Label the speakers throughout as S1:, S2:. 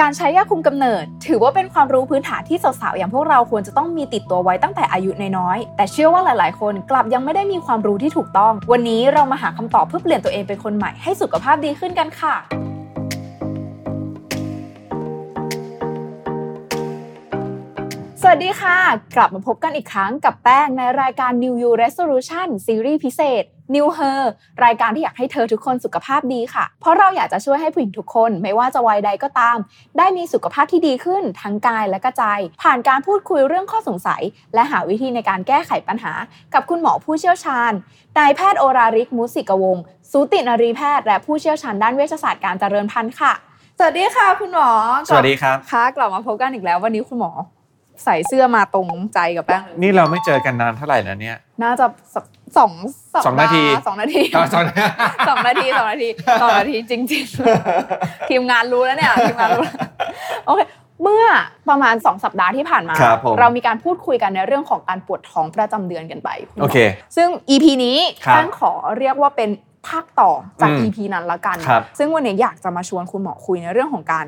S1: การใช้ยาคุมกำเนิด ถือว่าเป็นความรู้พื้นฐานที่สาวๆอย่างพวกเราควรจะต้องมีติดตัวไว้ตั้งแต่อายุน้อยๆแต่เชื่อว่าหลายๆ คนกลับยังไม่ได้มีความรู้ที่ถูกต้อง วันนี้เรามาหาคำตอบเพื่อเปลี่ยนตัวเองเป็นคนใหม่ให้สุขภาพดีขึ้นกันค่ะ สวัสดีค่ะ กลับมาพบกันอีกครั้งกับแป้งในรายการ New You Resolution ซีรีส์พิเศษ New Her รายการที่อยากให้เธอทุกคนสุขภาพดีค่ะ เพราะเราอยากจะช่วยให้ผู้หญิงทุกคน ไม่ว่าจะวัยใดก็ตาม ได้มีสุขภาพที่ดีขึ้นทั้งกายและก็ใจ ผ่านการพูดคุยเรื่องข้อสงสัย และหาวิธีในการแก้ไขปัญหา กับคุณหมอผู้เชี่ยวชาญนายแพทย์โอราริกมุสิกวงศ์สูตินรีแพทย์ และผู้เชี่ยวชาญด้านเวชศาสตร์การเจริญพันธุ์ค่ะ สวัสดีค่ะ คุณหมอ
S2: สวัสดีครับ
S1: ค่ะกลับมาพบกันอีกแล้ววันนี้คุณหมอ ใส่เสื้อมาตรงใจกับแป้งเลย
S2: นี่เราไม่เจอกันนานเท่าไหร่แล้วเนี่ย
S1: น่าจะสักสองปดห์
S2: สองนาที
S1: สองนาที
S2: ตอนตอน
S1: สองนาทีสองนาทีสองนาทีจริงๆ ทีมงานรู้แล้วเนี่ยทีมงานรู้แล้วโอเคเมื่อประมาณสองสัปดาห์ที่ผ่านมา
S2: ครับผม
S1: เรามีการพูดคุยกันในเรื่องของการปวดท้องประจำเดือนกันไปณหม
S2: โอเค
S1: ซึ่ง EP นี้
S2: ครับ
S1: แป้งขอเรียกว่าเป็นภาคต่อจาก
S2: อืม
S1: EP นั้นละกัน
S2: ครับ
S1: ซึ่งวันนี้อยากจะมาชวนคุณหมอคุยในเรื่องของการ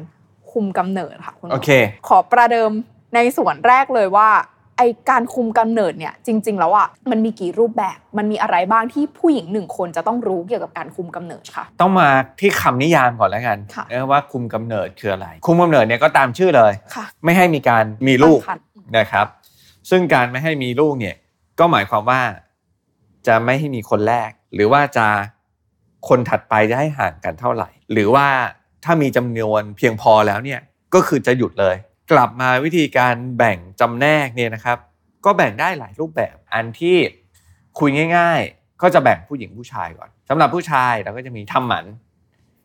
S1: คุมกำเนิดค่ะคุณหม
S2: โอ
S1: อ
S2: เค
S1: ขอประเดิมในส่วนแรกเลยว่าไอการคุมกำเนิดเนี่ยจริง ๆ แล้วอ่ะมันมีกี่รูปแบบ มันมีอะไรบ้างที่ผู้หญิงหนึ่งคนจะต้องรู้เกี่ยวกับการคุมกำเนิดค่ะ
S2: ต้องมาที่คำนิยามก่อนแล้วกัน
S1: ค่ะ
S2: เออว่าคุมกำเนิดคืออะไร คุมกำเนิดเนี่ยก็ตามชื่อเลย
S1: ค่ะ
S2: ไม่ให้มีการมีลูก
S1: ตั้งครรภ์
S2: นะครับ ซึ่งการไม่ให้มีลูกเนี่ยก็หมายความว่าจะไม่ให้มีคนแรก หรือว่าจะคนถัดไปจะให้ห่างกันเท่าไหร่ หรือว่าถ้ามีจำนวนเพียงพอแล้วเนี่ยก็คือจะหยุดเลย กลับมาวิธีการแบ่งจำแนกเนี่ยนะครับ ก็แบ่งได้หลายรูปแบบอันที่คุยง่าย ๆ ก็จะแบ่งผู้หญิงผู้ชายก่อนสำหรับผู้ชายเราก็จะมีทำหมัน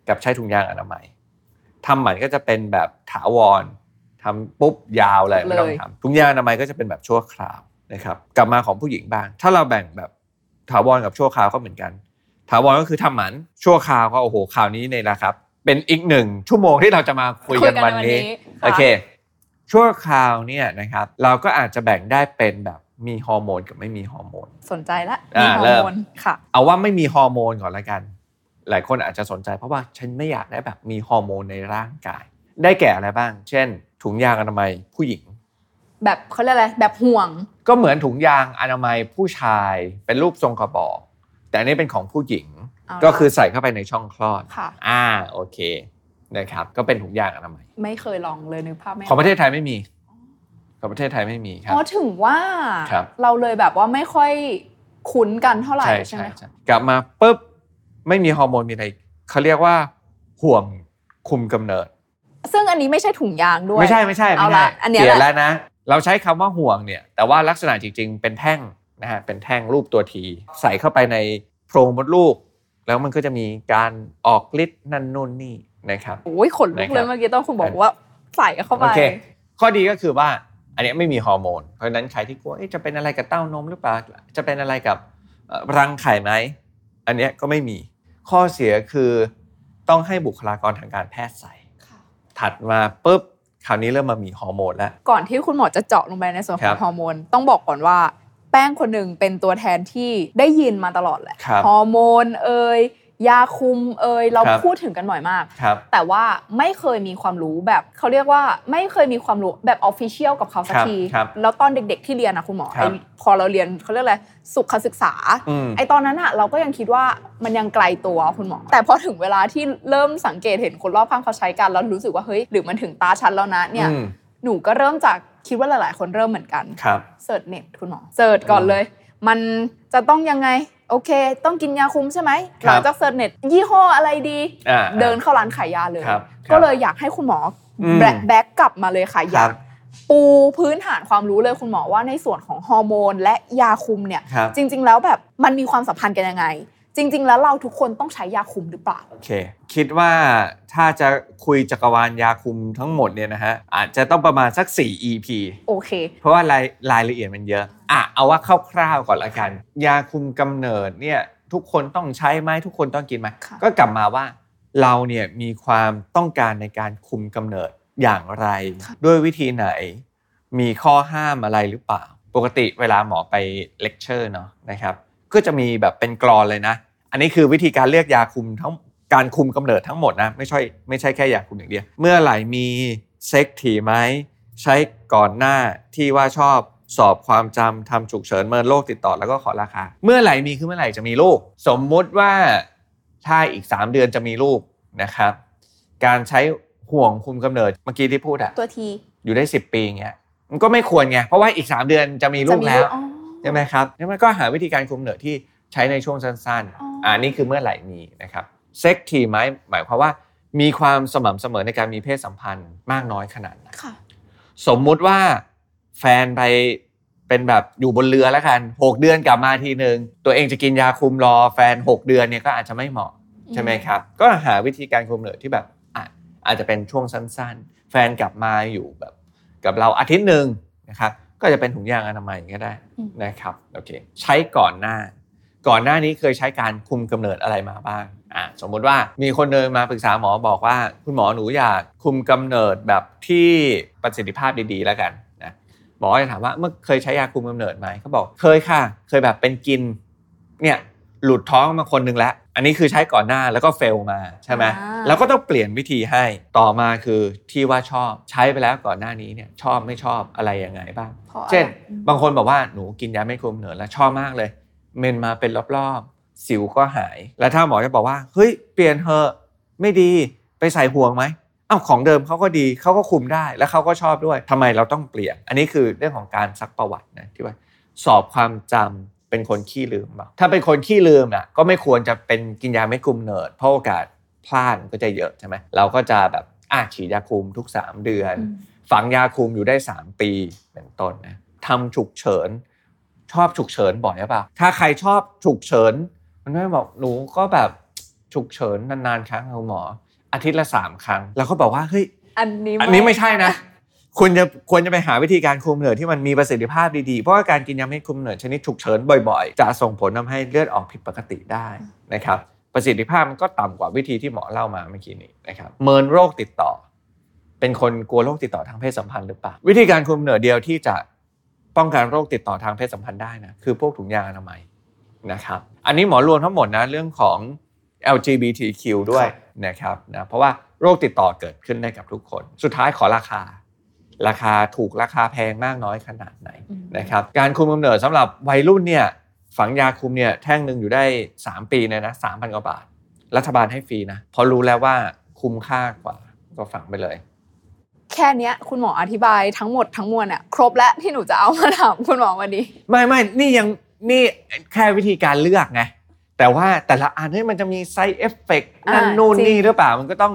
S2: กับใช้ถุงยางอนามัยทำหมันก็จะเป็นแบบถาวรทำปุ๊บยาวเลยไม่ต้องทำถุงยางอนามัยก็จะเป็นแบบชั่วคราวนะครับกลับมาของผู้หญิงบ้าง ถ้าเราแบ่งแบบถาวรกับชั่วคราวก็เหมือนกัน ถาวรก็คือทำหมันชั่วคราวก็โอ้โหข่าวนี้ในละครับ เป็นอีกหนึ่งชั่วโมงที่เราจะมาคุยกันวันนี้
S1: ะ
S2: โอเค ชั่วคราวเนี่ยนะครับ เราก็อาจจะแบ่งได้เป็นแบบมีฮอร์โมนกับไม่มีฮอร์โมน
S1: สนใจละ
S2: อ่า
S1: มีฮอ
S2: เริ่
S1: ร์
S2: ม
S1: โมนค่ะ
S2: เอาว่าไม่มีฮอร์โมนก่อนละกัน หลายคนอาจจะสนใจเพราะว่าฉันไม่อยากได้แบบมีฮอร์โมนในร่างกาย ได้แก่อะไรบ้าง เช่น ถุงยางอนามัยผู้หญิง
S1: แบบเขาเรียกอะไรแบบห่วง
S2: ก็เหมือนถุงยางอนามัยผู้ชายเป็นรูปทรงกระบอก แต่อันนี้เป็นของผู้หญิง
S1: า
S2: ก็คือใส่เข้าไปในช่องคลอด
S1: ค่ะ
S2: อ่าโอเคนะครับ ก็เป็นถุงยางอนามัย
S1: ไม่เคยลองเลยนึกภาพไม่ออ
S2: ข
S1: ก
S2: องประเทศไทยไม่มี ของประเทศไทยไม่มีครับ
S1: อ๋อถึงว่า
S2: ครับ
S1: เราเลยแบบว่าไม่ค่อยคุ้นกันเท่าไหร่
S2: ใช่
S1: ใช่
S2: ใช่
S1: ไหม
S2: ใช่กลับมาปุ๊บไม่มีฮอร์โมนมีอะไรเขาเรียกว่าห่วงคุมกำเนิด
S1: ซึ่งอันนี้ไม่ใช่ถุงยางด้วย
S2: ไม่ใช่ไม่ใช่
S1: เอา
S2: ไม่
S1: ละ
S2: ใช่
S1: อันเนี้ย
S2: เขียน
S1: แหละ
S2: แล้วนะ เราใช้คำว่าห่วงเนี่ย แต่ว่าลักษณะจริงๆ เป็นแท่งนะฮะเป็นแท่งรูปตัวทีใส่เข้าไปในโพรงมดลูก แล้วมันก็จะมีการออกฤทธิ์นั่นนู่นนี่นะครับ
S1: โอ้ยขนลุกเลย
S2: นะครับ
S1: เมื่อกี้ต้องคุณบอกว่าใส่เข้าไป
S2: โอเค ข้อดีก็คือว่าอันเนี้ยไม่มีฮอร์โมน เพราะฉะนั้นใครที่กลัวเอ๊ะจะเป็นอะไรกับเต้านมหรือเปล่า จะเป็นอะไรกับเอ่อรังไข่ไหม อันเนี้ยก็ไม่มี ข้อเสียคือต้องให้บุคลากรทางการแพทย์ใส่ ถัดมาปุ๊บคราวนี้เริ่มมามีฮอร์โมนแล้ว
S1: ก่อนที่คุณหมอจะเจาะลงไปในส่วนข
S2: ครั
S1: อง
S2: บ
S1: ฮอร์โมน ต้องบอกก่อนว่า แป้งคนหนึ่งเป็นตัวแทนที่ได้ยินมาตลอดแหละ
S2: ครับ
S1: ฮอร์โมนเอ่ยยาคุมเอ่ยเรา
S2: ครับ
S1: พูดถึงกันบ่อยมาก
S2: ครับ
S1: แต่ว่าไม่เคยมีความรู้แบบเขาเรียกว่าไม่เคยมีความรู้แบบออฟฟิเชียลกับเขาสัก
S2: ครับ
S1: ที
S2: ครับ
S1: แล้วตอนเด็กๆที่เรียนนะคุณหมอ
S2: ครับ
S1: ไอ้พอเราเรียนเขาเรียกอะไรสุขศึกษา
S2: อืม
S1: ไอตอนนั้นอะเราก็ยังคิดว่ามันยังไกลตัวคุณหมอ แต่พอถึงเวลาที่เริ่มสังเกตเห็นคนรอบข้างเขาใช้กันแล้วรู้สึกว่าเฮ้ยหรือมันถึงตาฉันแล้วนะเนี่ย
S2: อืม
S1: หนูก็เริ่มจากคิดว่าหลาย ๆ คนเริ่มเหมือนกัน
S2: ครับ
S1: เสิร์ชเน็ตคุณหมอเสิร์ชก่อนเลย มันจะต้องยังไง โอเค ต้องกินยาคุมใช่ไหม
S2: ค
S1: ห
S2: รับ
S1: ลังจากเสิร์ชเน็ตยี่ห้ออะไรดี
S2: อ่า
S1: เดินเข้าร้านขายยาเลย
S2: ครับ
S1: ก็เลยอยากให้คุณหมออ
S2: ม
S1: แบะแบ็กกลับมาเลยค่ะอยาก
S2: ครับ
S1: ปูพื้นฐานความรู้เลยคุณหมอว่าในส่วนของฮอร์โมน และยาคุมเนี่ย
S2: ครับ
S1: จริง ๆ แล้วแบบมันมีความสัมพันธ์กันยังไง จริง ๆ แล้วเราทุกคนต้องใช้ยาคุมหรือเปล่า
S2: โอเค คิดว่าถ้าจะคุยจักรวาลยาคุมทั้งหมดเนี่ยนะฮะ อาจจะต้องประมาณสัก 4 EP
S1: โอเค
S2: เพราะว่ารายรายละเอียดมันเยอะ อ่ะ เอาว่าคร่าวๆก่อนละกัน ยาคุมกำเนิดเนี่ยทุกคนต้องใช้ไหมทุกคนต้องกินไหม
S1: ค่ะ
S2: ก็กลับมาว่าเราเนี่ยมีความต้องการในการคุมกำเนิดอย่างไร ด้วยวิธีไหน มีข้อห้ามอะไรหรือเปล่า ปกติเวลาหมอไปเลคเชอร์เนาะนะครับ ก็จะมีแบบเป็นกรอนเลยนะ อันนี้คือวิธีการเลือกยาคุมทั้ง การคุมกำเนิดทั้งหมดนะไม่ใช่ไม่ใช่แค่อยากคุมอย่างเดียว เมื่อไหร่มีเซ็กถี่ไหมใช้ก่อนหน้าที่ว่าชอบสอบความจำทำฉุกเฉินเมินโรคติดต่อแล้วก็ขอราคา เมื่อไหร่มีคือเมื่อไหร่จะมีลูก สมมุติว่าถ้าอีก 3 เดือนจะมีลูกนะครับ การใช้ห่วงคุมกำเนิดเมื่อกี้ที่พูดอะ
S1: ตัวที
S2: อยู่ได้ 10 ปีอย่างเงี้ยมันก็ไม่ควรไงเพราะว่าอีก 3 เดือนจะมีลูกแล้ว
S1: อ๋อ
S2: ใช่ไหมครับแล้วมันก็หาวิธีการคุมกำเนิดที่ใช้ในช่วงสั้น
S1: อ๋อ
S2: ๆ
S1: อ่
S2: อันนี้คือเมื่อไหร่มีนะครับ เซ็กทีไหมหมายความว่ามีความสม่ำเสมอในการมีเพศสัมพันธ์มากน้อยขนาดไหน
S1: ค่ะ
S2: สมมุติว่าแฟนไปเป็นแบบอยู่บนเรือแล้วกันหกเดือนกลับมาทีหนึ่งตัวเองจะกินยาคุมรอแฟนหกเดือนเนี่ยก็อาจจะไม่เหมาะ ใช่ไหมครับ ก็หาวิธีการคุมกำเนิดที่แบบอ่ะอาจจะเป็นช่วงสั้นๆ แฟนกลับมาอยู่แบบ กับเราอาทิตย์หนึ่งนะครับ ก็จะเป็นถุงยางอนามัยก็ได้
S1: อืม
S2: นะครับโอเคใช้ก่อนหน้า ก่อนหน้านี้เคยใช้การคุมกำเนิดอะไรมาบ้างอ่ะสมมุติว่ามีคนเดินมาปรึกษาหมอบอกว่า คุณหมอหนูอยากคุมกำเนิดแบบที่ประสิทธิภาพดีๆ แล้วกันนะหมอจะถามว่าเมื่อเคยใช้ยาคุมกำเนิดไหมเขาบอกเคยค่ะ เคยแบบเป็นกินเนี่ยหลุดท้องมาคนหนึงแล้ว อันนี้คือใช้ก่อนหน้าแล้วก็เฟลมาใช่ไหม
S1: อ่า
S2: แล้วก็ต้องเปลี่ยนวิธีให้ต่อมาคือที่ว่าชอบใช้ไปแล้วก่อนหน้านี้เนี่ยชอบไม่ชอบอะไรยังไงบ้าง
S1: พราะอะไร
S2: เช่น บางคนบอกว่าหนูกินยาไม่คุมกำเนิดแล้วชอบมากเลย เมนมาเป็นรอบๆ สิวก็หาย แล้วถ้าหมอจะบอกว่าเฮ้ยเปลี่ยนเถอะไม่ดีไปใส่ห่วงไหมอ้าวของเดิมเขาก็ดีเขาก็คุมได้แล้วเขาก็ชอบด้วยทำไมเราต้องเปลี่ยน อันนี้คือเรื่องของการซักประวัตินะที่ว่า สอบความจำเป็นคนขี้ลืมเปล่าถ้าเป็นคนขี้ลืมอ่ะก็ไม่ควรจะเป็นกินยาไม่คุมกำเนิดเพราะโอกาสพลาดมันก็จะเยอะใช่ไหมเราก็จะแบบอ่ะฉีดยาคุมทุกสามเดือน
S1: อืม
S2: ฝังยาคุมอยู่ได้ 3 ปีเป็นต้นนะทำฉุกเฉิน ชอบฉุกเฉินบ่อยหรือเปล่าถ้าใครชอบฉุกเฉิน มันไม่บอกหนูก็แบบฉุกเฉินนานๆครั้งเอาหมอ อาทิตย์ละสามครั้ง แล้วก็บอกว่าเฮ้ย
S1: อันนี้
S2: อันนี้ไม่ใช่นะ คุณจะควรจะไปหาวิธีการคุมกำเนิดที่มันมีประสิทธิภาพดีๆ เพราะว่าการกินยาเม็ดคุมกำเนิดชนิดฉุกเฉินบ่อยๆ จะส่งผลทำให้เลือดออกผิดปกติได้นะครับ ประสิทธิภาพมันก็ต่ำกว่าวิธีที่หมอเล่ามาเมื่อกี้นี้นะครับเมินโรคติดต่อ เป็นคนกลัวโรคติดต่อทางเพศสัมพันธ์หรือเปล่าวิธีการคุมกำเนิดเดียวที่จะป้องกันโรคติดต่อทางเพศสัมพันธ์ได้นะคือพวกถุงยางอนามัยนะครับ อันนี้หมอรวมทั้งหมดนะเรื่องของ LGBTQ ด้วยนะครับนะเพราะว่าโรคติดต่อเกิดขึ้นได้กับทุกคน สุดท้ายขอราคา ราคาถูกราคาแพงมากน้อยขนาดไหน
S1: อืม
S2: นะครับการคุมกำเนิดสำหรับวัยรุ่นเนี่ยฝังยาคุมเนี่ยแท่งหนึ่งอยู่ได้ 3 ปีเนี่ยนะสามพันกว่าบาท รัฐบาลให้ฟรีนะเพอรู้แล้วว่าคุ้มค่ากว่าก็ฝังไปเลย
S1: แค่เนี้ยคุณหมออธิบายทั้งหมดทั้งมวลอะครบแล้วที่หนูจะเอามาถามคุณหมอวันนี้
S2: ไม่ไม่นี่ยังนี่แค่วิธีการเลือกไงแต่ว่าแต่ละอันเนี่ยมันจะมีไซเอฟเฟกนั่น
S1: อ่า
S2: นู่น
S1: จริง
S2: นี่หรือเปล่ามันก็ต้อง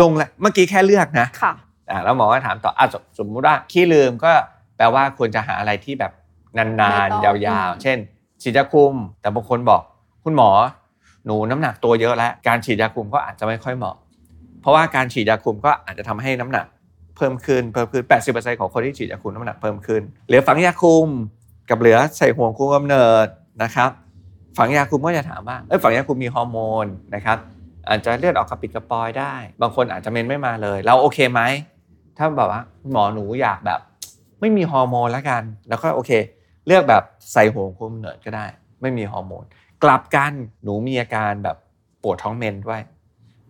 S2: ลงแหละเมื่อกี้แค่เลือกนะ
S1: ค่ะ
S2: อ่ะแล้วหมอก็ถามต่ออ่ะสมสมมุติว่าขี้ลืมก็แปลว่าควรจะหาอะไรที่แบบ
S1: ไม่
S2: นาน
S1: ต้อง
S2: ๆ ยาว
S1: อืม
S2: ๆ เช่น ฉีดยาคุม แต่บางคนบอก คุณหมอ หนูน้ำหนักตัวเยอะแล้ว การฉีดยาคุมก็อาจจะไม่ค่อยเหมาะ เพราะว่าการฉีดยาคุมก็อาจจะทำให้น้ำหนัก เพิ่มขึ้นเพิ่มขึ้น 80%ของคนที่ฉีดยาคุมน้ำหนักเพิ่มขึ้น เหลือฝังยาคุมกับเหลือใส่ห่วงคุมกำเนิดนะครับ ฝังยาคุมก็จะถามว่าเอ้ยฝังยาคุมมีฮอร์โมนนะครับ อาจจะเลือดออกกระปิดกระปอยได้ บางคนอาจจะเมนไม่มาเลย เราโอเคไหม ถ้าแบบว่าหมอหนูอยากแบบ ไม่มีฮอร์โมนแล้วกัน แล้วก็โอเค เลือกแบบใส่ห่วงคุมกำเนิดก็ได้ ไม่มีฮอร์โมน กลับกันหนูมีอาการแบบปวดท้องเมนด้วย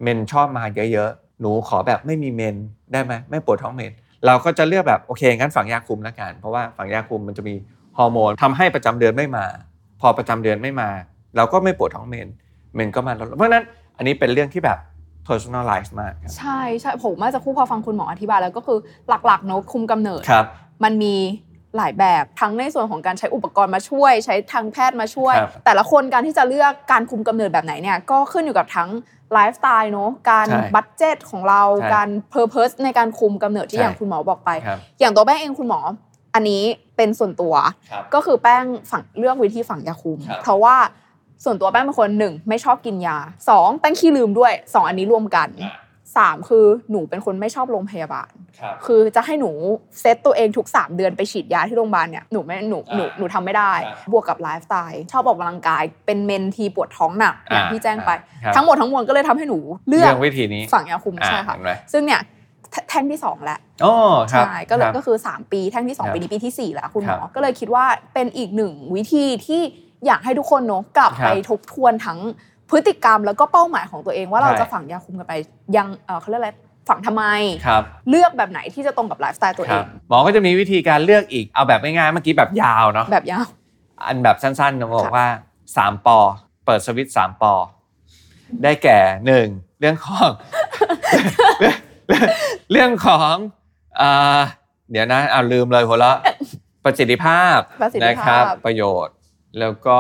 S2: เมนชอบมาเยอะๆ หนูขอแบบไม่มีเมนได้ไหมไม่ปวดท้องเมน เราก็จะเลือกแบบโอเคงั้นฝังยาคุมแล้วกัน เพราะว่าฝังยาคุมมันจะมีฮอร์โมนทำให้ประจำเดือนไม่มา พอประจำเดือนไม่มา เราก็ไม่ปวดท้องเมน เมนก็มาลดลงเพราะฉะนั้นอันนี้เป็นเรื่องที่แบบ personalize มากครับ
S1: ใช่ใช่ผมมาจะคู่พอฟังคุณหมออธิบายแล้วก็คือหลักๆเนอะคุมกำเนิด
S2: ครับ
S1: มันมีหลายแบบทั้งในส่วนของการใช้อุปกรณ์มาช่วย ใช้ทางแพทย์มาช่วย
S2: ครับ
S1: แต่ละคนการที่จะเลือกการคุมกำเนิดแบบไหนเนี่ยก็ขึ้นอยู่กับทั้งไลฟ์สไตล์เนอะการ
S2: ใช่
S1: บัตเจตของเรา
S2: ใช่
S1: การเพอร์เพสในการคุมกำเนิดที่
S2: ใช่
S1: อย่างคุณหมอบอกไป
S2: ครับ
S1: อย่างตัวแป้งเองคุณหมอ อันนี้เป็นส่วนตัว
S2: ครับ
S1: ก็คือแป้งฝังเลือกวิธีฝังยาคุม
S2: ครับ
S1: เพราะว่าส่วนตัวแป้งเป็นคนหนึ่งไม่ชอบกินยาสองแป้งขี้ลืมด้วยสองอันนี้รวมกันสามคือหนูเป็นคนไม่ชอบโรงพยาบาล
S2: ครับ
S1: คือจะให้หนูเซตตัวเองทุก 3 เดือนไปฉีดยาที่โรงพยาบาลเนี่ยหนูไม่หนูหนู
S2: อ่า
S1: หนูทำไม่ได้
S2: ครับ
S1: บวกกับไลฟ์สไตล์ชอบออกกำลังกายเป็นเมนทีปวดท้องหนักอย่าง
S2: อ่า
S1: ที่แจ้งไป
S2: ครับ
S1: ทั้งหมดทั้งมวลก็เลยทำให้หนูเลื
S2: เรื่
S1: อ
S2: อก งวิธีนี้
S1: ฝังยาคุม
S2: อ่า
S1: ใช่ค่ะ
S2: เห็นไหม
S1: ซึ่งเนี่ยแทแท่งที่สองแล้ว
S2: อ๋อครับ
S1: ใช่ก็เลย
S2: ครับ
S1: ก็คือ 3 ปีแท่งที่
S2: ครั
S1: 2
S2: บ
S1: ปีนี้ปีทีสี่4 แล้วคุณหมอ
S2: ครับ
S1: ก็เลยคิดว่าเป็นอีกหนึ่งวิธีที่อยากให้ทุกคนเนอะกลับ
S2: ครับ
S1: ไปทบทวนทั้ง พฤติกรรมแล้วก็เป้าหมายของตัวเองว่าเรา
S2: ใช่
S1: จะฝังยาคุมกันไปยังเอ่อเขาเรียกอะไรฝังทำไม
S2: ครับ
S1: เลือกแบบไหนที่จะตรงกับไลฟ์สไตล์ตัว
S2: ค
S1: เอ
S2: รับ
S1: ง
S2: หมอก็จะมีวิธีการเลือกอีกเอาแบบง่ายๆเมื่อกี้แบบยาวเนาะ
S1: แบบยาว
S2: อันแบบสั้นๆผมบอ
S1: ครั
S2: ก
S1: บ
S2: ว่าสามปอเปิดสวิตช์สามปอได้แก่หนึ่งเรื่องของ เรื่องของเอ่อเดี๋ยวนะเอาลืมเลยหัวละประสิทธิภาพ
S1: ประสิทธิภาพ
S2: นะครับ ประโยชน์แล้วก็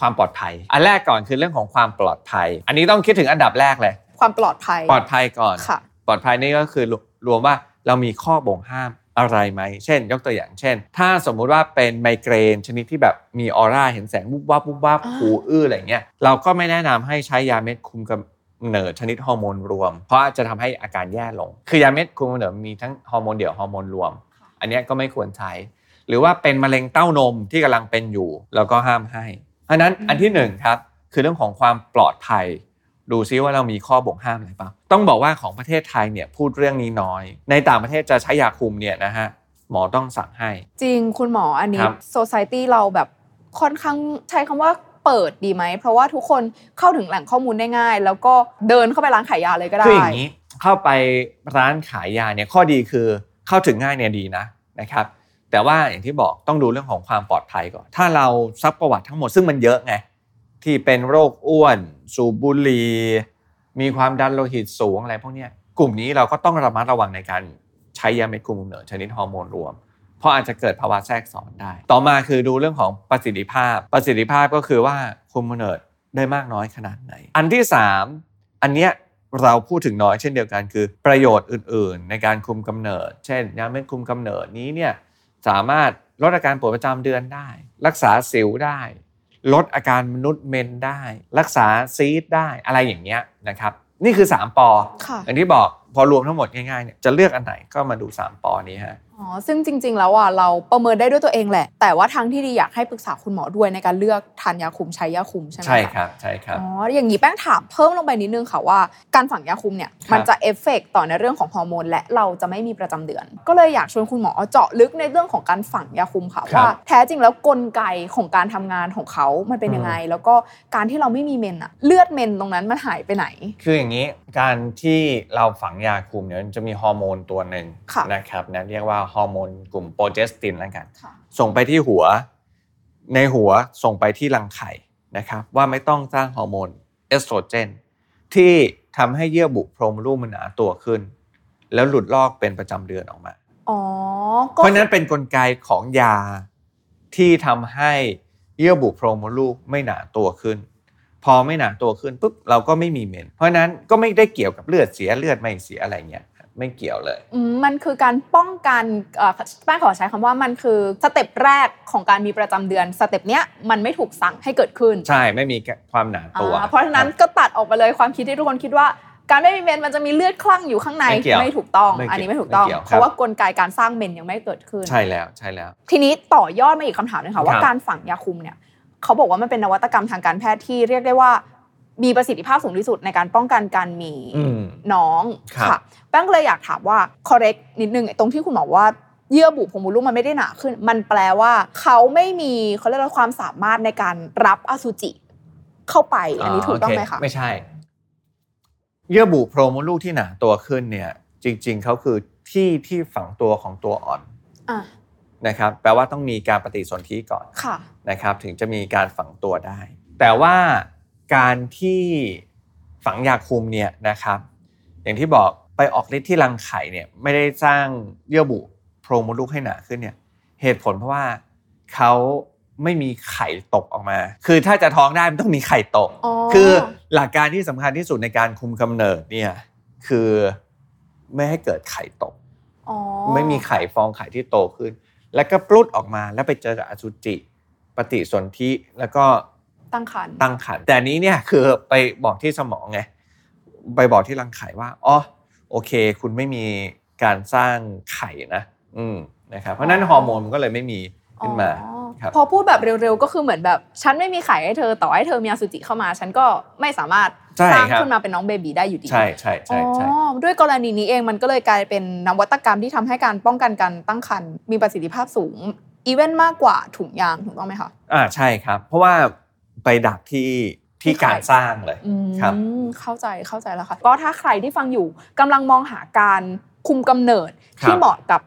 S2: ความปลอดภัย อันแรกก่อนคือเรื่องของความปลอดภัย อันนี้ต้องคิดถึงอันดับแรกเลย
S1: ความปลอดภัย
S2: ปลอดภัยก่อน
S1: ค่ะ
S2: ปลอดภัยนี่ก็คือรวมว่าเรามีข้อบ่งห้ามอะไรไหม เช่น ยกตัวอย่างเช่น ถ้าสมมุติว่าเป็นไมเกรนชนิดที่แบบมีออร่าเห็นแสงวุบวับวุบวับ
S1: อ่า
S2: หูอื้ออะไรเงี้ยเราก็ไม่แนะนำให้ใช้ยาเม็ดคุมกำเนิดชนิดฮอร์โมนรวม เพราะจะทำให้อาการแย่ลง คือยาเม็ดคุมกำเนิดมีทั้งฮอร์โมนเดี่ยวฮอร์โมนรวม อันเนี้ยก็ไม่ควรใช้ หรือว่าเป็นมะเร็งเต้านมที่กำลังเป็นอยู่เราก็ห้ามให้อันนั้นอันที่หนึ่งครับคือเรื่องของความปลอดภัย ดูซิว่าเรามีข้อบ่งห้ามอะไรบ้างต้องบอกว่าของประเทศไทยเนี่ยพูดเรื่องนี้น้อย ในต่างประเทศจะใช้ยาคุมเนี่ยนะฮะหมอต้องสั่งให้
S1: จริงคุณหมออันนี้
S2: ครับ
S1: โซซ i ตี้เราแบบค่อนข้างใช้คำว่าเปิดดีไหม เพราะว่าทุกคนเข้าถึงแหล่งข้อมูลได้ง่าย แล้วก็เดินเข้าไปร้านขายยาเลยก็ได้
S2: คืออย่างนี้เข้าไปร้านขายยาเนี่ยข้อดีคือเข้าถึงง่ายเนี่ยดีนะนะครับ แต่ว่าอย่างที่บอกต้องดูเรื่องของความปลอดภัยก่อน ถ้าเราซักประวัติทั้งหมดซึ่งมันเยอะไงที่เป็นโรคอ้วน สูบบุหรี่มีความดันโลหิตสูงอะไรพวกเนี้ยกลุ่มนี้เราก็ต้องระมัดระวังในการใช้ยาเม็ดคุมกำเนิดชนิดฮอร์โมนรวม เพราะอาจจะเกิดภาวะแทรกซ้อนได้ ต่อมาคือดูเรื่องของประสิทธิภาพ ประสิทธิภาพก็คือว่าคุมกำเนิดได้มากน้อยขนาดไหน อันที่ 3 อันเนี้ยเราพูดถึงน้อยเช่นเดียวกันคือ ประโยชน์อื่น ๆ ในการคุมกำเนิด เช่นยาเม็ดคุมกำเนิดนี้เนี่ยสามารถลดอาการปวดประจำเดือนได้ รักษาสิวได้ ลดอาการมนุษย์เมนได้ รักษาซีดได้อะไรอย่างเงี้ยนะครับนี่คือ 3ปอ
S1: ค่ะ
S2: อย่างที่บอกพอรวมทั้งหมดง่ายๆเนี่ยจะเลือกอันไหนก็มาดูสามปอนี้ฮะ
S1: อ๋อซึ่งจริง ๆ แล้วอ่ะเราประเมินได้ด้วยตัวเองแหละ แต่ว่าทางที่ดีอยากให้ปรึกษาคุณหมอด้วยในการเลือกทานยาคุมใช้ยาคุมใช่ไหมะ
S2: ใช่ครับใช่ครับ
S1: อ๋ออย่างนี้แป้งถามเพิ่มลงไปนิดนึงค่ะว่าการฝังยาคุมเนี่ย
S2: ครับ
S1: มันจะเอฟเฟกต์ต่อในเรื่องของฮอร์โมนและเราจะไม่มีประจำเดือน ก็เลยอยากชวนคุณหมอเจาะลึกในเรื่องของการฝังยาคุมค่ะว่าแท้จริงแล้วกลไกของการทำงานของเขา มันเป็นยังไง แล้วก็การที่เราไม่มีเมนอะเลือดเมนตรงนั้นมันหายไปไหน
S2: คืออย่างนี้การที่เราฝังยาคุมเนี่ยมันจะมีฮอร์โมนตัวหนึ่ง
S1: ค่ะ
S2: นะครับนะเรียกว่าฮอร์โมนกลุ่มโปรเจสตินแล้วกัน
S1: ค่ะ
S2: ส่งไปที่หัว ในหัวส่งไปที่รังไข่นะครับ ว่าไม่ต้องสร้างฮอร์โมนเอสโตรเจนที่ทำให้เยื่อบุโพรงรูปมันหนาตัวขึ้น แล้วหลุดลอกเป็นประจำเดือนออกมา
S1: อ๋อ
S2: เพ
S1: ก็
S2: ราะฉะนั้นเป็นนกลไกของยาที่ทำให้เยื่อบุโพรงมดลูกไม่หนาตัวขึ้น พอไม่หนาตัวขึ้นปุ๊บเราก็ไม่มีเมน เพราะฉะนั้นก็ไม่ได้เกี่ยวกับเลือดเสียเลือดไม่เสียอะไรเงี้ยไม่เกี่ยวเลย
S1: อืมมันคือการป้องกันเอ่อแป้งขอใช้คำว่ามันคือสเต็ปแรกของการมีประจำเดือนสเต็ปเนี้ยมันไม่ถูกสั่งให้เกิดขึ้น
S2: ใช่ไม่มีความหนาตัว
S1: อ่าเพราะฉะนั้นก็ตัดออกไปเลยความคิดที่ทุกคนคิดว่า การไม่มีเมนมันจะมีเลือดคลั่งอยู่ข้างใน
S2: ไม่เกี่ยว
S1: ถูกต้อง
S2: ไม่เกี่ยว
S1: อันนี้ไม่ถูกต้อง
S2: ไม่เกี่ยวครับ
S1: เพราะว่ากลไกการสร้างเมนยังไม่เกิดขึ้น
S2: ใช่แล้วใช่แล้ว
S1: ทีนี้ต่อยอดมาอีกคำถามหนึง
S2: ครั
S1: ค่ะ
S2: บ
S1: ว่าการฝังยาคุมเนี่ยเขาบอกว่ามันเป็นนวัตกรรมทางการแพทย์ที่เรียกได้ว่า มีประสิทธิภาพสูงที่สุดในการป้องกันการมี น้อง
S2: ครับ
S1: ค่ะแป้งก็เลยอยากถามว่า correct นิดนึงไอ้ตรงที่คุณหมอว่าเยื่อบุโพรงมดลูกมันไม่ได้หนาขึ้น มันแปลว่าเขาไม่มีเขาเรียกว่าความสามารถในการรับอสุจิ เข้าไปอันนี้
S2: า
S1: ถูกต้อง
S2: โเค
S1: ไหมคะ
S2: ไม่ใช่ เยื่อบุโพรงมดลูกที่หนาตัวขึ้นเนี่ยจริง ๆเขาคือที่ที่ฝังตัวของตัวอ่อน
S1: อ่ะ
S2: นะครับแปลว่าต้องมีการปฏิสนธิก่อน
S1: ค่ะ
S2: นะครับถึงจะมีการฝังตัวได้ แต่ว่าการที่ฝังยาคุมเนี่ยนะครับอย่างที่บอกไปออกฤทธิ์ที่รังไข่เนี่ยไม่ได้สร้างเยื่อบุโพรงมดลูกให้หนาขึ้นเนี่ยเหตุผลเพราะว่าเขาไม่มีไข่ตกออกมา คือถ้าจะท้องได้มันต้องมีไข่ตก
S1: อ๋อ
S2: คือหลักการที่สำคัญที่สุดในการคุมกำเนิดเนี่ยคือไม่ให้เกิดไข่ตก
S1: อ๋อ
S2: ไม่มีไข่ฟองไข่ที่โตขึ้น แล้วก็ปลุดออกมาแล้วไปเจอกับอสุจิ ปฏิสนธิแล้วก็
S1: ตั้งครรภ์
S2: ตั้งครรภ์แต่อันนี้เนี่ยคือไปบอกที่สมองไงไปบอกที่รังไข่ว่าอ๋อโอเค คุณไม่มีการสร้างไข่นะ อืมนะครับเพราะฉะนั้นฮอร์โมนมันก็เลยไม่มีขึ้นมา
S1: อ๋อ
S2: ครับ
S1: พอพูดแบบเร็วๆก็คือเหมือนแบบ ฉันไม่มีไข่ให้เธอต่อให้เธอมีอสุจิเข้ามา ฉันก็ไม่สามารถ
S2: ใช่
S1: สร้าง
S2: ครับ
S1: ขึ้นมาเป็นน้องเบบีได้อยู่ดี
S2: ใช่ใช่ใช่ใช่
S1: อ๋อด้วยกรณีนี้เองมันก็เลยกลายเป็นนวัตกรรมที่ทำให้การป้องกันการตั้งครรภ์มีประสิทธิภาพสูง อีเวนต์มากกว่าถุงยางถูกต้องไหมคะ
S2: อ่าใช่ครับ เพราะว่าไปดักที่ ที่การสร้างเลย
S1: อืม
S2: ครับ
S1: เข้าใจเข้าใจแล้วค่ะ ก็ถ้าใครที่ฟังอยู่กำลังมองหาการคุมกำเนิด
S2: ครั
S1: ที่
S2: บ
S1: เหมาะกับ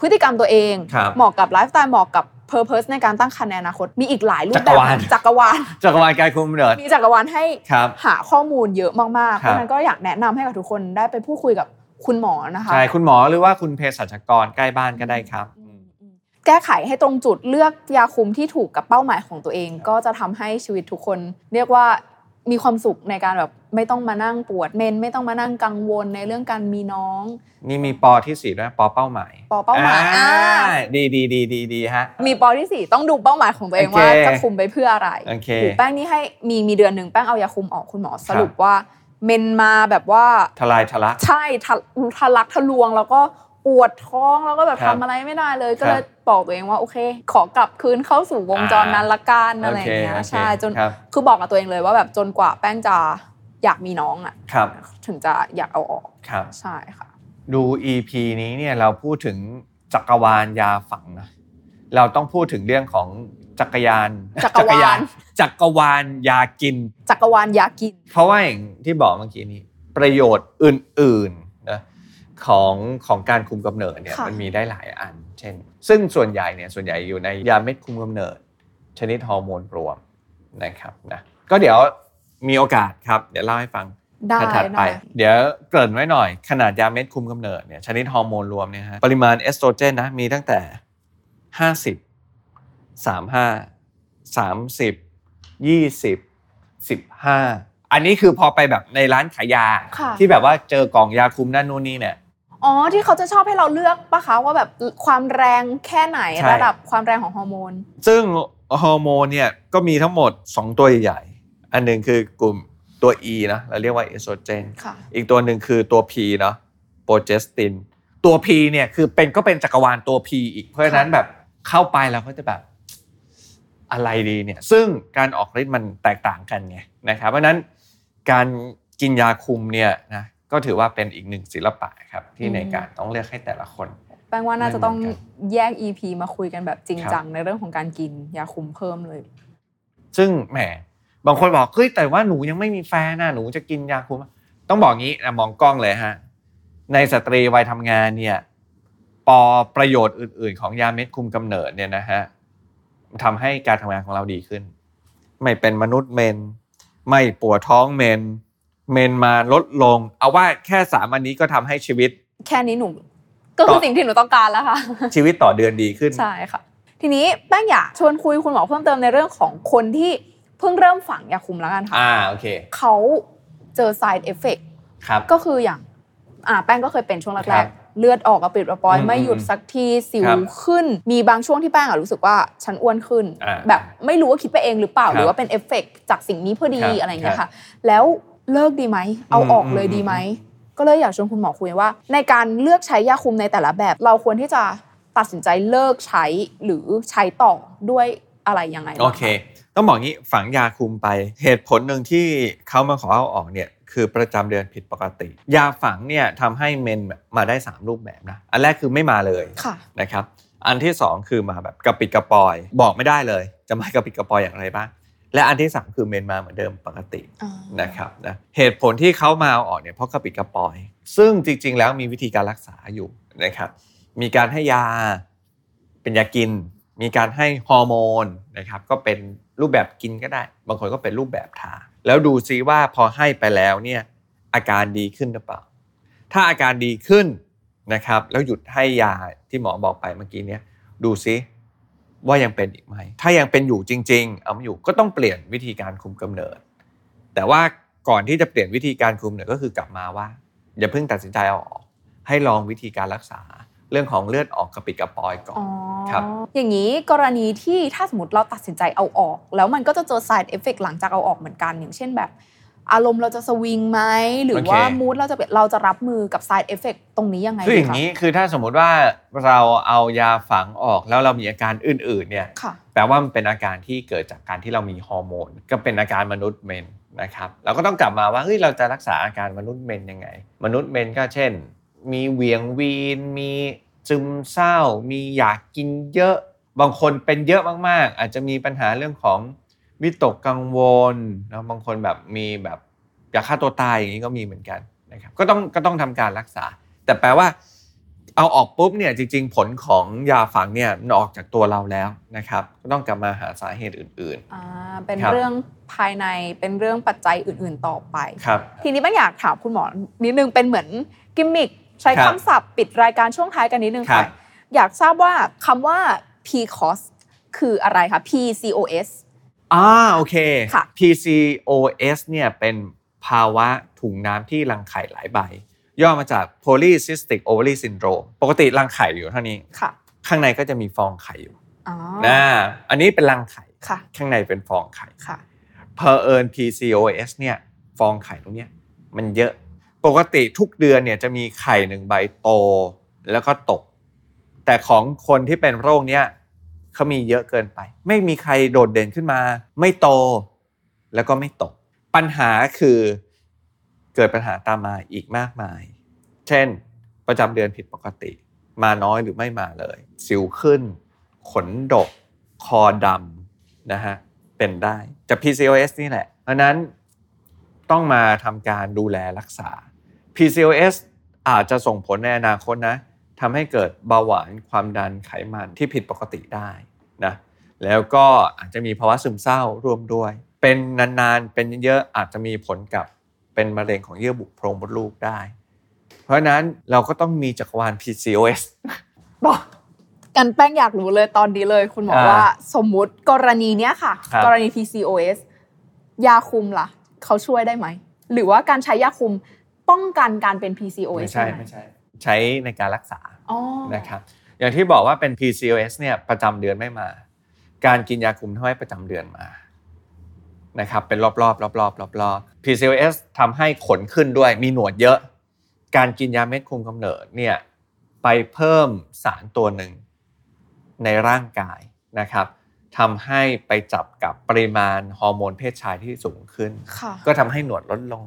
S1: พฤติกรรมตัวเอง
S2: ครับ
S1: เหมาะกับไลฟ์สไตล์เหมาะกับเพอร์เพสในการตั้งคันในอนาคต มีอีกหลายรูปแบ
S2: จักร
S1: บ
S2: วาล
S1: จักรวาล
S2: จักรวาลการคุมเนิด
S1: มีจักรวาลให้
S2: ครับ
S1: หาข้อมูลเยอะมาก ๆ เพ
S2: ครับ
S1: ราะฉะนั้นก็อยากแนะนำให้กับทุกคนได้ไปพูดคุยกับคุณหมอนะคะ
S2: ใช่คุณหมอหรือว่าคุณเภสัชกรใกล้บ้านก็ได้ครับ
S1: แก้ไขให้ตรงจุดเลือกยาคุมที่ถูกกับเป้าหมายของตัวเอง ก็จะทำให้ชีวิตทุกคน เรียกว่ามีความสุขในการแบบไม่ต้องมานั่งปวดเมน ไม่ต้องมานั่งกังวลในเรื่องการมีน้อง
S2: นี่มีปอที่สี่ด้วยปอเป้าหมาย
S1: ปอเป้าหมายอ
S2: อ่
S1: ่า
S2: ดีดีดีดีดีฮะ
S1: มีปอที่สี่ต้องดูเป้าหมายของตัวเอง
S2: โอเค
S1: ว่าจะคุมไปเพื่ออะไร
S2: โอเค
S1: หูแป้งนี่ให้มีมีเดือนหนึ่งแป้งเอายาคุมออกคุณหมอสรุปว่า เมนมาแบบว่า
S2: ทลายทะลัก
S1: ใช่ทะทะลักทะลวงแล้วก็ปวดท้องแล้วก็แบบ
S2: ครั
S1: ทำ
S2: บ
S1: อะไรไม่ได้เลย ก็
S2: ครับ
S1: เลยบอกตัวเองว่าโอเค ขอกลับคืนเข้าสู่วงจร
S2: อ่า
S1: นั้นละกัน
S2: โอ
S1: อะไรอ
S2: เค
S1: ย่างเงี้
S2: โอย เค
S1: ใช่จน
S2: ครับ
S1: คือบอกกับตัวเองเลยว่าแบบจนกว่าแป้งจะอยากมีน้องอ่ะ
S2: ครับ
S1: ถึงจะอยากเอาออก
S2: ครับ
S1: ใช่ค่ะ
S2: ดู EP นี้เนี่ยเราพูดถึงจักรวาลยาฝังนะเราต้องพูดถึงเรื่องของจักรยาน
S1: จักรวาล
S2: จักรวาลยากิน
S1: จักรวาลอยากกิน
S2: เพราะว่าอย่างที่บอกเมื่อกี้นี้ ประโยชน์อื่นๆนะของของการคุมกำเนิดเนี่ย
S1: ค่ะ
S2: มันมีได้หลายอัน เช่น ซึ่งส่วนใหญ่เนี่ยส่วนใหญ่อยู่ในยาเม็ดคุมกำเนิด ชนิดฮอร์โมนรวมนะครับนะก็เดี๋ยวมีโอกาสครับ เดี๋ยวเล่าให้ฟัง
S1: ได้
S2: ถัดๆไป
S1: ได้
S2: เดี๋ยวเกริ่นไว้หน่อย ขนาดยาเม็ดคุมกำเนิดเนี่ยชนิดฮอร์โมนรวมเนี่ยฮะปริมาณเอสโตรเจนนะมีตั้งแต่ห้าสิบสามห้าสามสิบยี่สิบสิบห้าอันนี้คือพอไปแบบในร้านขายยา
S1: ค่ะ
S2: ที่แบบว่าเจอกล่องยาคุมนั่นนู่นนี่เนี่ย
S1: อ๋อที่เขาจะชอบให้เราเลือกปะคะว่าแบบความแรงแค่ไหน
S2: ใช่
S1: ระดับความแรงของฮอร์โมน
S2: ซึ่งฮอร์โมนเนี่ยก็มีทั้งหมด 2 ตัวใหญ่ๆอันหนึ่งคือกลุ่มตัว E นะเราเรียกว่าเอสโตรเจน
S1: ค่ะ
S2: อีกตัวหนึ่งคือตัว P เนาะโปรเจสติน ตัว P เนี่ยคือเป็นก็เป็นจักรวาลตัว P อีก เพราะฉะนั้นแบบเข้าไปแล้วก็จะแบบอะไรดีเนี่ย ซึ่งการออกฤทธิ์มันแตกต่างกันไงนะครับ เพราะฉะนั้นการกินยาคุมเนี่ยนะก็ถือว่าเป็นอีกหนึ่งศิลปะครับที่
S1: อืม
S2: ในการต้องเลือกให้แต่ละคน
S1: แป้งว่าน่าจะต้อง
S2: ไม่เหมือนกั
S1: แยก EP มาคุยกันแบบจริง
S2: ครับ
S1: จังในเรื่องของการกินยาคุมเพิ่มเลย
S2: ซึ่งแหมบางคนบอกเฮ้ยแต่ว่าหนูยังไม่มีแฟนนะหนูจะกินยาคุม ต้องบอกงี้นะมองกล้องเลยฮะในสตรีวัยทำงานเนี่ยปอประโยชน์อื่น ๆ ของยาเม็ดคุมกำเนิดเนี่ยนะฮะทำให้การทำงานของเราดีขึ้น ไม่เป็นมนุษย์เมน ไม่ปวดท้องเมน เมนมาลดลง เอาว่าแค่สามอันนี้ก็ทำให้ชีวิต
S1: แค่นี้หนูก็คือสิ่งที่หนูต้องการแล้วค่ะ
S2: ชีวิตต่อเดือนดีขึ้น
S1: ใช่ค่ะ ทีนี้แป้งอยากชวนคุยคุณหมอเพิ่มเติมในเรื่องของคนที่เพิ่งเริ่มฝังยาคุมแล้วกันค่ะ
S2: อ่าโอเค
S1: เขาเจอ side effect
S2: ครับ
S1: ก็คืออย่างอ่าแป้งก็เคยเป็นช่วง
S2: ค
S1: แร
S2: รั
S1: ก
S2: บ
S1: ๆเลือดออกกระปิดกระปอย
S2: อืม
S1: ไม่หยุดสักทีสิว
S2: ครับ
S1: ขึ้น มีบางช่วงที่แป้งอะรู้สึกว่าฉันอ้วนขึ้น
S2: อ่า
S1: แบบไม่รู้ว่าคิดไปเองหรือเปล่า
S2: ครับ
S1: หรือว่าเป็นเอฟเฟกต์จากสิ่งนี้พอดี
S2: ครับ
S1: อะไรอย่างเงี้ยค่ะ แล้วเลิกดีไหมเอาออกเลย
S2: อืม
S1: ดีไหมก็เลยอยากชวนคุณหมอคุยว่า ในการเลือกใช้ยาคุมในแต่ละแบบ เราควรที่จะตัดสินใจเลิกใช้หรือใช้ต่อด้วยอะไรยังไงบ้างะ
S2: โอเค ต้องบอกงี้ฝังยาคุมไป เหตุผลหนึ่งที่เขามาขอเอาออกเนี่ยคือประจำเดือนผิดปกติ ยาฝังเนี่ยทำให้เมนมาได้ 3 รูปแบบนะ อันแรกคือไม่มาเลย
S1: ค่ะ
S2: นะครับ อันที่ 2 คือมาแบบกระปิดกระปอย บอกไม่ได้เลย จะมากระ ปิดกระปอยอย่างไรบ้าง และอันที่ 3 คือเมนมาเหมือนเดิมปกติ นะครับนะเหตุผลที่เขามาเอาออกเนี่ยเพราะกระปิดกระปอย ซึ่งจริง ๆ แล้วมีวิธีการรักษาอยู่นะครับ มีการให้ยาเป็นยากิน มีการให้ฮอร์โมนนะครับ ก็เป็นรูปแบบกินก็ได้ บางคนก็เป็นรูปแบบทาแล้วดูซิว่าพอให้ไปแล้วเนี่ยอาการดีขึ้นหรือเปล่า ถ้าอาการดีขึ้นนะครับ แล้วหยุดให้ยาที่หมอบอกไปเมื่อกี้เนี่ย ดูซิว่ายังเป็นอีกไหม ถ้ายังเป็นอยู่จริง ๆ เอาไมาอยู่ก็ต้องเปลี่ยนวิธีการคุมกำเนิด แต่ว่าก่อนที่จะเปลี่ยนวิธีการคุมเนี่ยก็คือกลับมาว่า อย่าเพิ่งตัดสินใจเอาออก ให้ลองวิธีการรักษา เรื่องของเลือดออกกระปิดกระปอยก่อน ครับ
S1: อย่างนี้กรณีที่ถ้าสมมติเราตัดสินใจเอาออก แล้วมันก็จะเจอ side effect หลังจากเอาออกเหมือนกัน อย่างเช่นแบบ อารมณ์เราจะสวิงไหมหรือว่า
S2: โอเค
S1: มูดเราจะเป็นเราจะรับมือกับ side effect ตรงนี้ยังไง
S2: คือ
S1: ดี
S2: อย่าง
S1: คะ
S2: นี้คือถ้าสมมุติว่าเราเอายาฝังออกแล้วเรามีอาการอื่นๆเนี่ย
S1: ค่ะ
S2: แปลว่ามันเป็นอาการที่เกิดจากการที่เรามีฮอร์โมน ก็เป็นอาการมนุษย์เมนนะครับเราก็ต้องกลับมาว่าเฮ้ยเราจะรักษาอาการมนุษย์เมนยังไง มนุษย์เมนก็เช่น มีเหวียงวีน มีซึมเศร้า มีอยากกินเยอะ บางคนเป็นเยอะมากๆ อาจจะมีปัญหาเรื่องของ วิตกกังวลนะบางคนแบบมีแบบอยากฆ่าตัวตายอย่างนี้ก็มีเหมือนกันนะครับก็ต้องก็ต้องทำการรักษา แต่แปลว่า เอาออกปุ๊บเนี่ยจริง ๆ ผลของยาฝังเนี่ยมันออกจากตัวเราแล้วนะครับ ก็ต้องกลับมาหาสาเหตุอื่น
S1: อ่าเป็น
S2: ครับ
S1: เรื่องภายในเป็นเรื่องปัจจัยอื่น ๆ ต่อไป
S2: ๆครับ
S1: ทีนี้บ้างอยากถามคุณหมอนิดนึงเป็นเหมือนกิมมิคใช้
S2: ครั
S1: คำ
S2: บ
S1: ศัพท์ปิดรายการช่วงท้ายกันนิดนึง
S2: ครั
S1: ค่ะ
S2: บ
S1: อยากทราบว่าคำว่า PCOS คืออะไรคะ PCOS
S2: อ่าโอเค
S1: ค่ะ
S2: PCOS เนี่ยเป็นภาวะถุงน้ำที่รังไข่หลายใบ ย่อมาจาก polycystic ovary syndrome ปกติรังไข่อยู่เท่านี้
S1: ค่ะ
S2: ข้างในก็จะมีฟองไข่อยู่
S1: อ๋อ
S2: นะอันนี้เป็นรังไข่
S1: ค่ะ
S2: ข้างในเป็นฟองไข่
S1: ค่ะ
S2: เพอเอิญ PCOS เนี่ยฟองไข่ตรงเนี้ยมันเยอะ ปกติทุกเดือนเนี่ยจะมีไข่หนึ่งใบโตแล้วก็ตก แต่ของคนที่เป็นโรคเนี้ยเขามีเยอะเกินไป ไม่มีใครโดดเด่นขึ้นมา ไม่โตแล้วก็ไม่ตก ปัญหาคือเกิดปัญหาตามมาอีกมากมาย เช่น ประจำเดือนผิดปกติ มาน้อยหรือไม่มาเลย สิวขึ้น ขนดก คอดำนะฮะ เป็นได้จาก PCOS นี่แหละ เพราะฉะนั้นต้องมาทำการดูแลรักษา PCOS อาจจะส่งผลในอนาคตนะทำให้เกิดเบาหวานความดันไขมันที่ผิดปกติได้นะ แล้วก็อาจจะมีภาวะซึมเศร้าร่วมด้วย เป็นนานๆ เป็นเยอะๆ อาจจะมีผลกับเป็นมะเร็งของเยื่อบุโพรงมดลูกได้ เพราะฉะนั้นเราก็ต้องมีจักรวาล PCOS
S1: บอกกันแป้งอยากรู้เลยตอนนี้เลย คุณหมอ
S2: อ่า
S1: ว่าสมมุติกรณีเนี้ยค่ะ
S2: ครับ
S1: กรณี PCOS ยาคุมล่ะ เขาช่วยได้ไหม หรือว่าการใช้ยาคุมป้องกันการเป็น PCOS
S2: ไม่ใช่
S1: ด้ห
S2: ไม่ใช่ ใช้ในการรักษา
S1: อ๋อ
S2: นะครับอย่างที่บอกว่าเป็น PCOS เนี่ยประจำเดือนไม่มา การกินยาคุมทำให้ประจำเดือนมานะครับเป็นรอบๆรอบๆรอบๆ PCOS ทำให้ขนขึ้นด้วยมีหนวดเยอะ การกินยาเม็ดคุมกำเนิดเนี่ยไปเพิ่มสารตัวหนึ่งในร่างกายนะครับทำให้ไปจับกับปริมาณฮอร์โมนเพศชายที่สูงขึ้น
S1: ค่ะ
S2: ก็ทำให้หนวดลดลง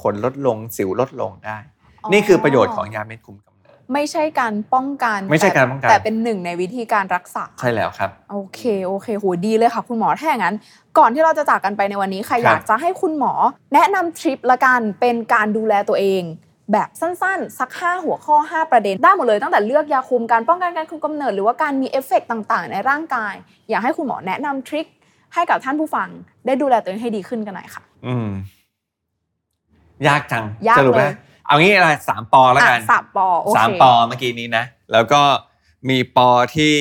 S2: ขนลดลงสิวลดลงได้ นี่คือประโยชน์ของยาเม็ดคุมกำเนิด
S1: ไม่ใช่การป้องกัน
S2: ไม่ใช่การป้องกัน
S1: แต่เป็นหนึ่งในวิธีการรักษา
S2: ใช่แล้วครับ
S1: โอเค โอเค โห ดีเลยค่ะ คุณหมอ ถ้าอย่างนั้น ก่อนที่เราจะจากกันไปในวันนี้ค่ะ
S2: ครับ
S1: อยากจะให้คุณหมอ แนะนำทริปละกัน เป็นการดูแลตัวเอง แบบสั้นๆ สัก 5 หัวข้อ 5 ประเด็น ได้หมดเลย ตั้งแต่เลือกยาคุม การป้องกันการคุมกำเนิด หรือว่าการมีเอฟเฟกต์ต่างๆ ในร่างกาย อยากให้คุณหมอแนะนำทริคให้กับท่านผู้ฟัง ได้ดูแลตัวเองให้ดีขึ้นกันหน่อยค่ะ
S2: อืม ยากจัง
S1: ยาก
S2: สรุป
S1: เลย
S2: นะเอางี้อะไรสามปอแล้วกัน
S1: อ่ะสับปอ โอเค
S2: สามปอเมื่อกี้นี้นะ แล้วก็มีปอที่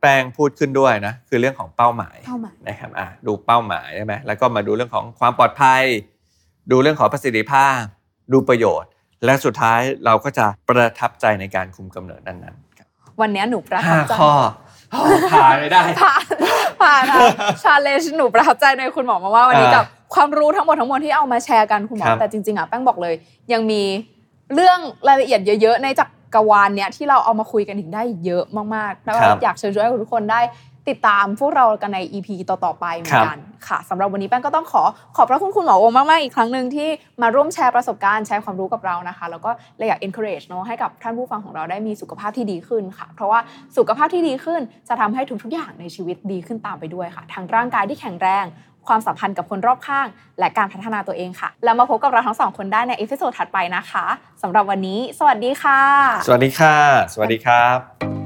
S2: แป้งพูดขึ้นด้วยนะ คือเรื่องของเป้าหมาย
S1: เข้ามา
S2: นะครับอ่ะดูเป้าหมายใช่ไหมแล้วก็มาดูเรื่องของความปลอดภัย ดูเรื่องของประสิทธิภาพ ดูประโยชน์ และสุดท้ายเราก็จะประทับใจในการคุมกำเนิดนั้นๆครับ
S1: วันนี้หนูประทั
S2: ห้า
S1: บใจ
S2: ข้อโอ้ผ่านไม่ได้
S1: ผ่าน ผ่านชาเลนจ์หนูประทับใจในคุณหมอมากๆวันนี้
S2: อ่า
S1: กับความรู้ทั้งหมดทั้งมวลที่เอามาแชร์กันคุณหมอ
S2: ครับ
S1: แต่จริงๆอ่ะแป้งบอกเลย ยังมีเรื่องรายละเอียดเยอะๆ ในจักรวาลเนี้ยที่เราเอามาคุยกันอีกได้เยอะมากๆแล้วก็อยากเชิญชวนให้ทุกคนได้ติดตามพวกเรากันใน EP ต่อๆไปเหมือนกันค่ะสำหรับวันนี้แป้งก็ต้องขอขอบพระคุณคุณหมอโอมมากๆอีกครั้งหนึ่งที่มาร่วมแชร์ประสบการณ์แชร์ความรู้กับเรานะคะ แล้วก็เลยอยาก encourage เนอะให้กับท่านผู้ฟังของเราได้มีสุขภาพที่ดีขึ้นค่ะ เพราะว่าสุขภาพที่ดีขึ้นจะทำให้ทุกๆอย่างในชีวิตดีขึ้นตามไปด้วยค่ะ ทั้งร่างกายที่แข็งแรง ความสัมพันธ์กับคนรอบข้าง และการพัฒนาตัวเองค่ะ แล้วมาพบกับเราทั้งสองคนได้ในเอพิโซดถัดไปนะคะสำหรับวันนี้ สวัสดีค่ะ
S2: สวัสดีค่ะ สวัสดีครับ